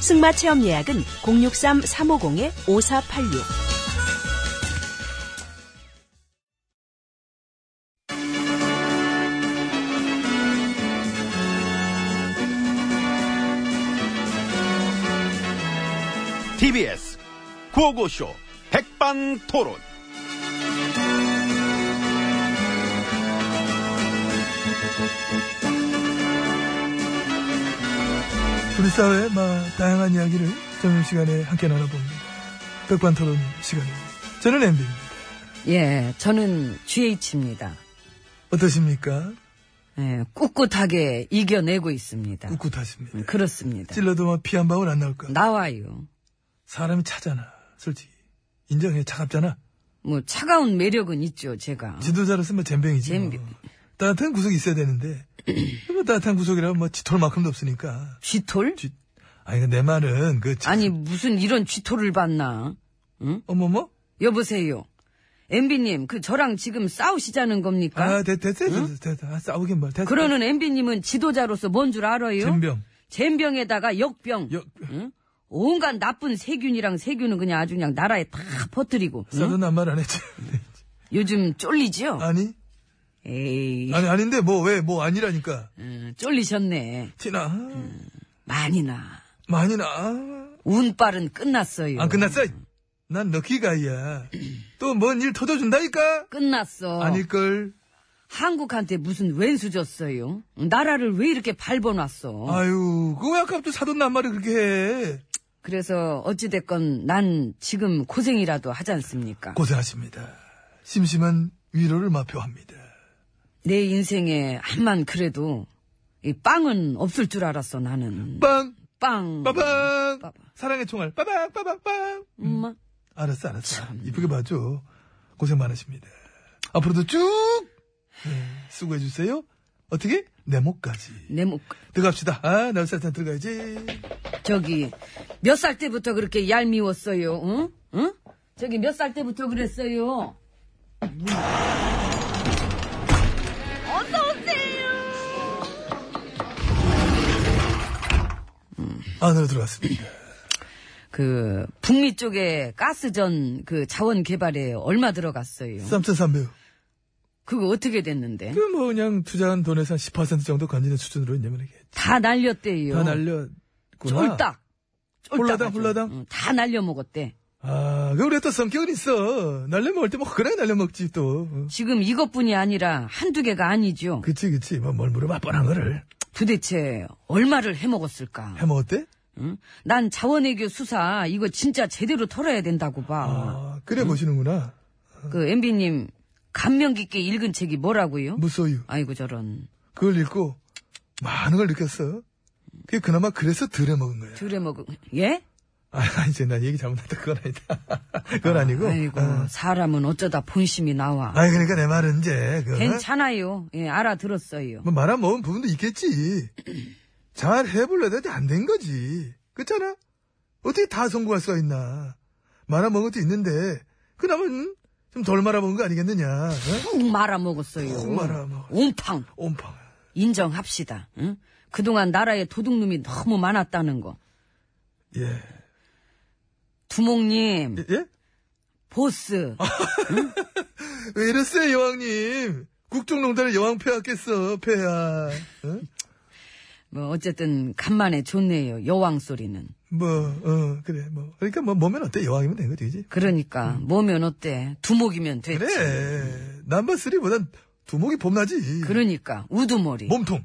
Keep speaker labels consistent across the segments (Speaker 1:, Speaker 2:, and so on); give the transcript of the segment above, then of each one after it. Speaker 1: 승마 체험 예약은 063-350-5486.
Speaker 2: TBS 구호고쇼 백반토론.
Speaker 3: 우리 사회의 막 다양한 이야기를 점심시간에 함께 나눠봅니다. 백반토론 시간입니다. 저는 엠비입니다.
Speaker 4: 예, 저는 GH입니다.
Speaker 3: 어떠십니까?
Speaker 4: 예, 꿋꿋하게 이겨내고 있습니다.
Speaker 3: 꿋꿋하십니다.
Speaker 4: 그렇습니다.
Speaker 3: 찔러도 막 피 한 방울 안 나올까?
Speaker 4: 나와요.
Speaker 3: 사람이 차잖아, 솔직히. 인정해, 차갑잖아.
Speaker 4: 뭐 차가운 매력은 있죠, 제가.
Speaker 3: 지도자로서 뭐 잼병이지. 뭐.
Speaker 4: 잼병.
Speaker 3: 따뜻한 구석이 있어야 되는데, 뭐 따뜻한 구석이라 뭐 짙을만큼도 없으니까.
Speaker 4: 쥐톨?
Speaker 3: 쥐- 아니, 그내 말은, 그, 참-
Speaker 4: 아니 무슨 이런 쥐톨을 봤나?
Speaker 3: 어머머?
Speaker 4: 여보세요. MB님, 그 저랑 지금 싸우시자는 겁니까?
Speaker 3: 아, 됐, 됐, 됐, 됐, 됐, 됐. 아, 싸우긴 뭘. 됐,
Speaker 4: 그러는 MB님은 지도자로서 뭔 줄 알아요?
Speaker 3: 잼병.
Speaker 4: 에다가 역병,
Speaker 3: 여,
Speaker 4: 응? 온갖 나쁜 세균이랑 세균은 그냥 아주 그냥 나라에 다 퍼뜨리고. 응?
Speaker 3: 싸도 난말 안 했지.
Speaker 4: 요즘 쫄리죠?
Speaker 3: 아니?
Speaker 4: 에이,
Speaker 3: 아니, 아닌데, 뭐, 왜, 뭐, 아니라니까.
Speaker 4: 음, 쫄리셨네.
Speaker 3: 티나.
Speaker 4: 음. 많이 나.
Speaker 3: 많이 나.
Speaker 4: 운빨은 끝났어요.
Speaker 3: 안 아, 끝났어? 난 럭키가이야. 또 뭔 일 터져준다니까?
Speaker 4: 끝났어.
Speaker 3: 아닐걸.
Speaker 4: 한국한테 무슨 왼수 줬어요? 나라를 왜 이렇게 밟아놨어?
Speaker 3: 아유, 그거 왜 아까부터 사돈 낱말을 그렇게 해?
Speaker 4: 그래서 어찌됐건 난 지금 고생이라도 하지 않습니까?
Speaker 3: 고생하십니다. 심심한 위로를 마표합니다.
Speaker 4: 내 인생에 한만 그래도 이 빵은 없을 줄 알았어 나는.
Speaker 3: 빵!
Speaker 4: 빵.
Speaker 3: 빠방!
Speaker 4: 빠방.
Speaker 3: 사랑의 총알, 빠방, 빠방, 빵!
Speaker 4: 엄마.
Speaker 3: 알았어, 알았어. 이쁘게 봐줘. 고생 많으십니다. 앞으로도 쭉! 네, 수고해주세요. 어떻게? 내 목까지.
Speaker 4: 내 목.
Speaker 3: 들어갑시다. 아, 날살탄 들어가야지.
Speaker 4: 저기 몇 살 때부터 그렇게 얄미웠어요? 응? 응? 저기 몇 살 때부터 그랬어요?
Speaker 3: 안으로 아, 들어갔습니다.
Speaker 4: 그 북미 쪽에 가스전 그 자원 개발에 얼마 들어갔어요?
Speaker 3: 3,300.
Speaker 4: 그거 어떻게 됐는데?
Speaker 3: 그, 뭐, 그냥 투자한 돈에서 한 10% 정도 간지는 수준으로 이제
Speaker 4: 다 날렸대요.
Speaker 3: 다 날렸구나.
Speaker 4: 쫄딱. 쫄딱
Speaker 3: 홀라당,
Speaker 4: 아주.
Speaker 3: 홀라당?
Speaker 4: 응, 다 날려 먹었대.
Speaker 3: 아, 그, 우리 또 성격은 있어. 날려먹을 때 뭐, 그래, 날려먹지, 또. 어.
Speaker 4: 지금 이것뿐이 아니라 한두 개가 아니죠.
Speaker 3: 그치, 그치. 뭐, 뭘 물어봐, 뻔한 거를.
Speaker 4: 도대체 얼마를 해먹었을까?
Speaker 3: 해먹었대?
Speaker 4: 응? 난 자원외교 수사 이거 진짜 제대로 털어야 된다고 봐.
Speaker 3: 아, 그래 보시는구나.
Speaker 4: 그 MB님 감명 깊게 읽은 책이 뭐라고요?
Speaker 3: 무소유.
Speaker 4: 아이고 저런
Speaker 3: 그걸 읽고, 많은 걸 느꼈어. 그게 그나마 그래서 덜 해먹은 거야.
Speaker 4: 들에 먹은 예?
Speaker 3: 아, 이제 난 얘기 잘못했다. 그건 아니다. 그건 아니고.
Speaker 4: 아이고
Speaker 3: 아,
Speaker 4: 사람은 어쩌다 본심이 나와.
Speaker 3: 아니, 그러니까 내 말은 이제, 그.
Speaker 4: 괜찮아요. 예 알아들었어요.
Speaker 3: 뭐 말아 먹은 부분도 있겠지. 잘 해보려다 안된 거지. 그렇잖아? 어떻게 다 성공할 수가 있나. 말아 먹은 것도 있는데, 그나마 음, 좀 덜 말아 먹은 거 아니겠느냐. 어?
Speaker 4: 푹 말아 먹었어요.
Speaker 3: 푹 말아먹었어.
Speaker 4: 옹팡
Speaker 3: 옴팡.
Speaker 4: 인정합시다. 응? 그동안 나라에 도둑놈이 너무 많았다는 거.
Speaker 3: 예.
Speaker 4: 두목님,
Speaker 3: 예? 예?
Speaker 4: 보스,
Speaker 3: 왜 이랬어요, 여왕님? 국정농단을 여왕 패하겠어, 패야. 어?
Speaker 4: 뭐 어쨌든 간만에 좋네요. 여왕 소리는.
Speaker 3: 뭐, 어, 그래, 뭐. 그러니까 뭐, 몸면 어때? 여왕이면 된 거지, 그지?
Speaker 4: 그러니까 뭐면 어때? 두목이면 됐지.
Speaker 3: 음. 그래. 넘버 쓰리보단 두목이 봄나지.
Speaker 4: 니까 그러니까 우두머리.
Speaker 3: 몸통.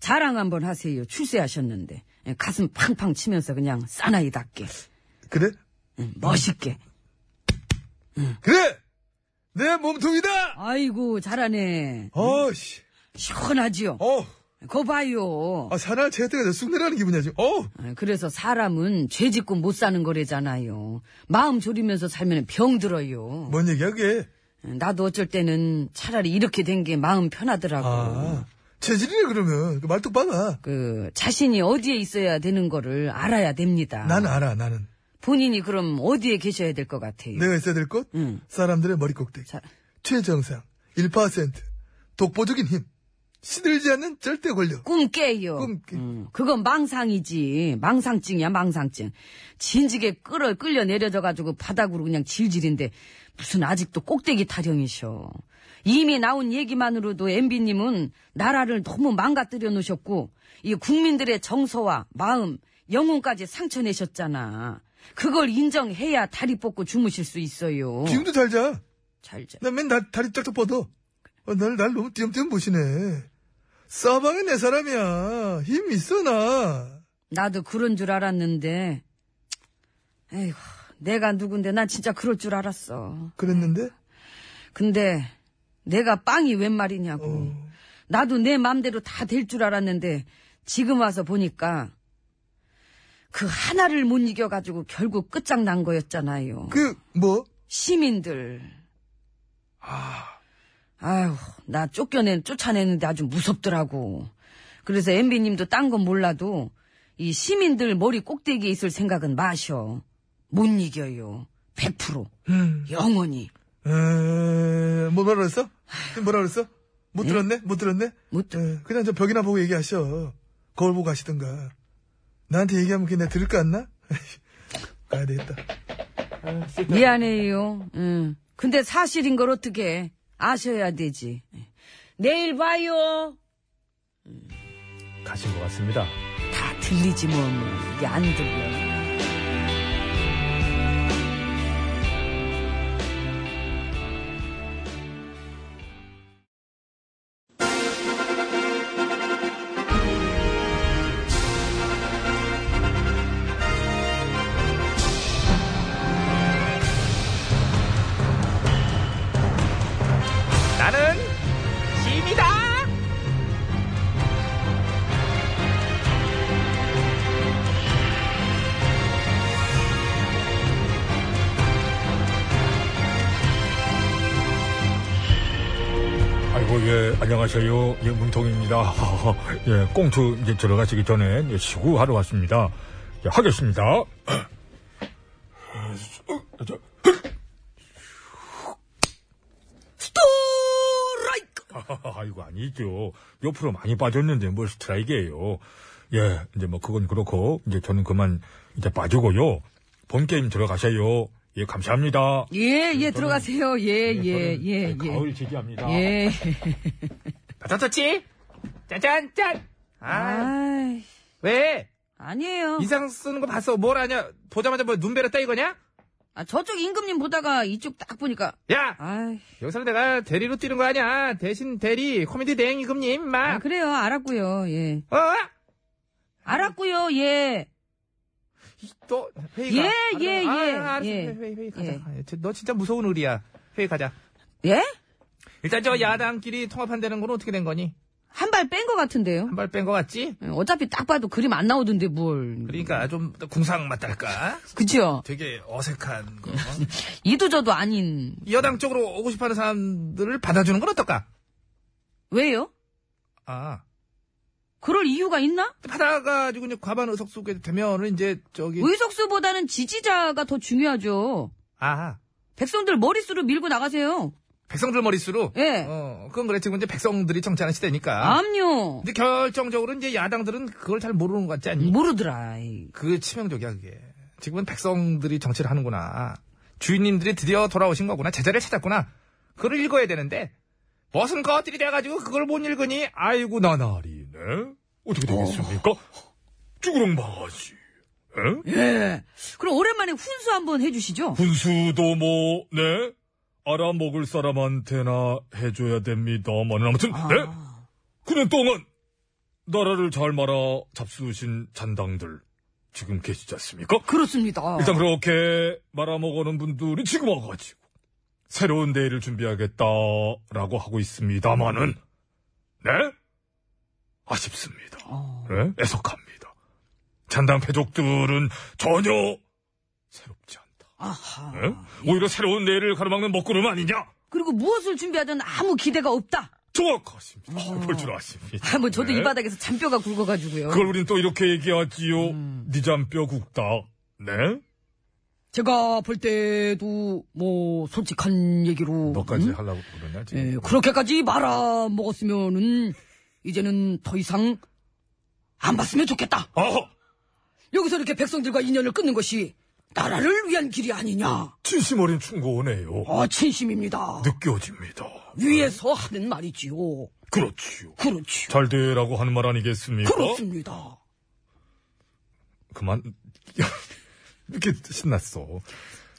Speaker 4: 자랑 한번 하세요. 출세하셨는데 예, 가슴 팡팡 치면서 그냥 사나이답게
Speaker 3: 그래?
Speaker 4: 응, 멋있게.
Speaker 3: 그래! 내 몸통이다!
Speaker 4: 아이고 잘하네.
Speaker 3: 어씨,
Speaker 4: 시원하지요.
Speaker 3: 어,
Speaker 4: 거 봐요.
Speaker 3: 아, 사나울 체했다가 저 쑥내라는 기분이야, 지금. 어
Speaker 4: 아, 그래서 사람은 죄 짓고 못 사는 거래잖아요. 마음 졸이면서 살면 병 들어요. 음,
Speaker 3: 뭔 얘기야, 그게?
Speaker 4: 나도 어쩔 때는 차라리 이렇게 된 게 마음 편하더라고.
Speaker 3: 아, 체질이네, 그러면. 그 말뚝 박아.
Speaker 4: 그 자신이 어디에 있어야 되는 거를 알아야 됩니다.
Speaker 3: 난 알아, 나는.
Speaker 4: 본인이 그럼 어디에 계셔야 될 것 같아요.
Speaker 3: 내가 있어야 될 곳?
Speaker 4: 응.
Speaker 3: 사람들의 머리 꼭대기.
Speaker 4: 자,
Speaker 3: 최정상. 1%. 독보적인 힘. 시들지 않는 절대 권력.
Speaker 4: 꿈 깨요.
Speaker 3: 꿈 깨-
Speaker 4: 음, 그건 망상이지. 망상증이야, 망상증. 진지게 끌어, 끌려 내려져가지고 바닥으로 그냥 질질인데, 무슨 아직도 꼭대기 타령이셔. 이미 나온 얘기만으로도 MB님은 나라를 너무 망가뜨려 놓으셨고, 이 국민들의 정서와 마음, 영혼까지 상처내셨잖아. 그걸 인정해야 다리 뽑고 주무실 수 있어요.
Speaker 3: 지금도 잘 자.
Speaker 4: 잘 자.
Speaker 3: 난 맨 날 다리 쫙쫙 뻗어. 어, 날, 날 너무 띄엄띄엄 보시네. 서방이 내 사람이야. 힘 있어, 나.
Speaker 4: 나도 그런 줄 알았는데, 에휴, 내가 누군데 난 진짜 그럴 줄 알았어.
Speaker 3: 그랬는데?
Speaker 4: 근데 내가 빵이 웬 말이냐고. 나도 내 맘대로 다 될 줄 알았는데 지금 와서 보니까 그 하나를 못 이겨가지고 결국 끝장난 거였잖아요.
Speaker 3: 그, 뭐?
Speaker 4: 시민들. 아. 휴나 쫓겨낸, 쫓아내는데 아주 무섭더라고. 그래서 MB님도 딴 건 몰라도 이 시민들 머리 꼭대기에 있을 생각은 마셔. 못 이겨요. 100%.
Speaker 3: 음.
Speaker 4: 영원히.
Speaker 3: 에, 뭐, 뭐라 그랬어? 지금 뭐라 그랬어? 못 들었네? 못 들었네?
Speaker 4: 못 들-
Speaker 3: 에, 그냥 저 벽이나 보고 얘기하셔. 거울 보고 하시던가. 나한테 얘기하면 그냥 내가 들을 거 같나? 가야 되겠다.
Speaker 4: 미안해요. 응. 근데 사실인 걸 어떻게 아셔야 되지. 내일 봐요.
Speaker 5: 가신 것 같습니다.
Speaker 4: 다 들리지 뭐, 뭐. 이게 안 들려.
Speaker 2: 나는 짐이다.
Speaker 5: 아이고, 예, 안녕하세요. 예, 문통입니다. 예, 꽁투 이제 들어가시기 전에 예, 시구하러 왔습니다. 예, 하겠습니다.
Speaker 4: 스토라이크!
Speaker 5: 아이고, 아니죠. 옆으로 많이 빠졌는데 뭘 스트라이크예요. 예, 이제 뭐 그건 그렇고, 이제 저는 그만 이제 빠지고요. 본 게임 들어가세요. 예, 감사합니다.
Speaker 4: 예, 예, 들어가세요. 예, 예,
Speaker 5: 저는
Speaker 4: 예,
Speaker 5: 가을 제기합니다.
Speaker 4: 예. 예.
Speaker 6: 받아쳤지? 짜잔, 짠! 아,
Speaker 4: 아이,
Speaker 6: 왜?
Speaker 4: 아니에요.
Speaker 6: 인상 쓰는 거 봤어. 뭘 아냐? 보자마자 뭐 눈베렸다 이거냐?
Speaker 4: 아, 저쪽 임금님 보다가 이쪽 딱 보니까,
Speaker 6: 야!
Speaker 4: 아이,
Speaker 6: 여기서는 내가 대리로 뛰는 거 아니야. 대신 대리, 코미디 대행 이금님,
Speaker 4: 아,
Speaker 6: 막.
Speaker 4: 그래요. 알았고요. 예.
Speaker 6: 어?
Speaker 4: 알았고요. 예.
Speaker 6: 또, 회의가.
Speaker 4: 예, 예,
Speaker 6: 아,
Speaker 4: 예,
Speaker 6: 아, 알았어.
Speaker 4: 예.
Speaker 6: 회의, 회의 가자.
Speaker 4: 예.
Speaker 6: 아, 쟤너 진짜 무서운 의리야. 회의 가자.
Speaker 4: 예?
Speaker 6: 일단 저 야당끼리 통합한다는 건 어떻게 된 거니?
Speaker 4: 한 발 뺀 것 같은데요.
Speaker 6: 한 발 뺀 거 같지?
Speaker 4: 예, 어차피 딱 봐도 그림 안 나오던데 뭘.
Speaker 6: 그러니까 좀 궁상 맞달까?
Speaker 4: 그죠?
Speaker 6: 되게 어색한 거.
Speaker 4: 이도저도 아닌.
Speaker 6: 여당 쪽으로 오고 싶어 하는 사람들을 받아주는 건 어떨까?
Speaker 4: 왜요?
Speaker 6: 아.
Speaker 4: 그럴 이유가 있나?
Speaker 6: 받아가지고 이제 과반 의석 수게 되면은 이제
Speaker 3: 예.
Speaker 6: 저기
Speaker 4: 의석수보다는 지지자가 더 중요하죠.
Speaker 6: 아
Speaker 4: 백성들 머릿수로 밀고 나가세요.
Speaker 6: 백성들 머릿수로
Speaker 4: 예.
Speaker 6: 어 그건 그래 지금 이제 백성들이 정치하는 시대니까
Speaker 4: 아. 암요.
Speaker 6: 근데 결정적으로 이제 야당들은 그걸 잘 모르는 것 같지 않니?
Speaker 4: 모르더라. 아이.
Speaker 6: 그 치명적이야 그게 지금은 백성들이 정치를 하는구나 주인님들이 드디어 돌아오신 거구나 제자를 찾았구나 그걸 읽어야 되는데 무슨 것들이 돼가지고 그걸 못 읽으니 아이고 나
Speaker 5: 나날이네. 어떻게 되겠습니까? 쭈그렁 마지. 예?
Speaker 4: 예. 그럼 오랜만에 훈수 한번 해주시죠.
Speaker 5: 군수도 뭐, 네? 알아먹을 사람한테나 해줘야 됩니다만, 아무튼, 네? 그는 동안, 나라를 잘 말아 잡수신 잔당들, 지금 계시지 않습니까?
Speaker 4: 그렇습니다.
Speaker 5: 일단 그렇게 말아먹어는 분들이 지금 와가지고, 새로운 대회를 준비하겠다라고 하고 있습니다마는, 네? 아쉽습니다.
Speaker 4: 어.
Speaker 5: 예? 애석합니다. 잔당 패족들은 전혀 새롭지 않다.
Speaker 4: 아하.
Speaker 5: 예? 오히려 새로운 내일을 가로막는 먹구름 아니냐?
Speaker 4: 그리고 무엇을 준비하든 아무 기대가 없다.
Speaker 5: 정확하십니다. 볼 줄 아십니다.
Speaker 4: 어. 아, 뭐 저도
Speaker 5: 네.
Speaker 4: 이 바닥에서 잔뼈가 굵어가지고요.
Speaker 5: 그걸 우린 또 이렇게 얘기하지요.
Speaker 4: 음.
Speaker 5: 니잔뼈 국다. 네?
Speaker 4: 제가 볼 때도 뭐 솔직한 얘기로
Speaker 6: 너까지
Speaker 4: 음?
Speaker 6: 하려고 그러냐 지금
Speaker 4: 예, 그렇게까지 말아 먹었으면은 이제는 더 이상 안 봤으면 좋겠다.
Speaker 5: 아하!
Speaker 4: 여기서 이렇게 백성들과 인연을 끊는 것이 나라를 위한 길이 아니냐.
Speaker 5: 진심 어린 충고네요.
Speaker 4: 아, 진심입니다.
Speaker 5: 네. 느껴집니다.
Speaker 4: 위에서 하는 말이지요.
Speaker 5: 그렇지요.
Speaker 4: 그렇지요.
Speaker 5: 잘 되라고 하는 말 아니겠습니까?
Speaker 4: 그렇죠. 그렇습니다.
Speaker 5: 그만 이렇게 신났어.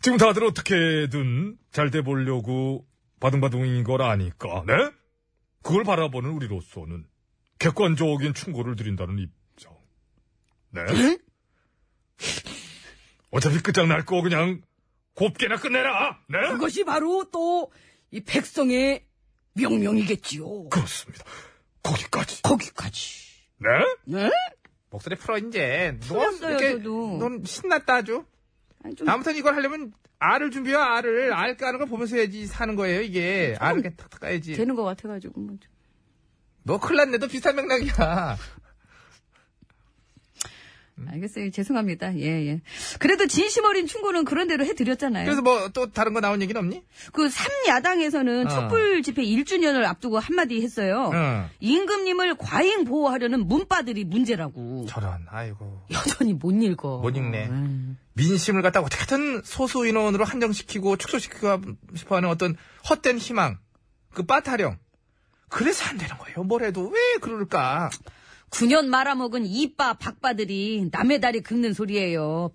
Speaker 5: 지금 다들 어떻게든 잘 돼 보려고 바둥바둥인 걸 아니까, 네? 그걸 바라보는 우리로서는 객관적인 충고를 드린다는 입장. 네? 어차피 끝장날 거 그냥 곱게나 끝내라, 네?
Speaker 4: 그것이 바로 또 이 백성의 명명이겠지요.
Speaker 5: 그렇습니다. 거기까지,
Speaker 4: 거기까지.
Speaker 5: 네?
Speaker 4: 네?
Speaker 6: 목소리 풀어 이제 넌
Speaker 4: 풀었어요, 저도.
Speaker 6: 넌 신났다 아주
Speaker 4: 아니, 좀
Speaker 6: 다음부터 이걸 하려면 알을 준비해 알을 알 까는 걸 보면서 해야지 사는 거예요 이게 알을 이렇게 탁탁 까야지
Speaker 4: 되는 것 같아가지고. 뭐 좀.
Speaker 6: 너 큰일 났네 너 비슷한 맥락이야
Speaker 4: 네. 알겠어요. 죄송합니다. 예, 예. 그래도 진심 어린 충고는 그런 대로 해드렸잖아요.
Speaker 6: 그래서 뭐 또 다른 거 나온 얘기는 없니?
Speaker 4: 그 삼야당에서는
Speaker 6: 어.
Speaker 4: 촛불 집회 1주년을 앞두고 한마디 했어요.
Speaker 6: 응
Speaker 4: 임금님을 과잉 보호하려는 문바들이 문제라고.
Speaker 6: 저런 아이고
Speaker 4: 여전히 못 읽어.
Speaker 6: 못 읽네.
Speaker 4: 음.
Speaker 6: 민심을 갖다 어떻게 하든 소수 인원으로 한정시키고 축소시키고 싶어하는 어떤 헛된 희망 그 빠타령 그래서 안 되는 거예요 뭐래도 왜 그럴까
Speaker 4: 9년 말아먹은 이빠 박바들이 남의 다리 긁는 소리예요.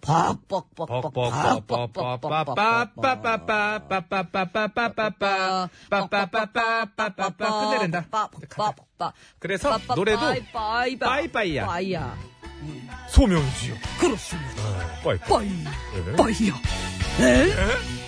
Speaker 6: 끝내낸다. 그래서 노래도 빠이빠이야.
Speaker 4: 빠이야.
Speaker 5: 소명지요. 네,
Speaker 4: 그렇습니다.
Speaker 5: 빠이.
Speaker 4: 빠이.
Speaker 5: 네.
Speaker 4: 빠이야. 에?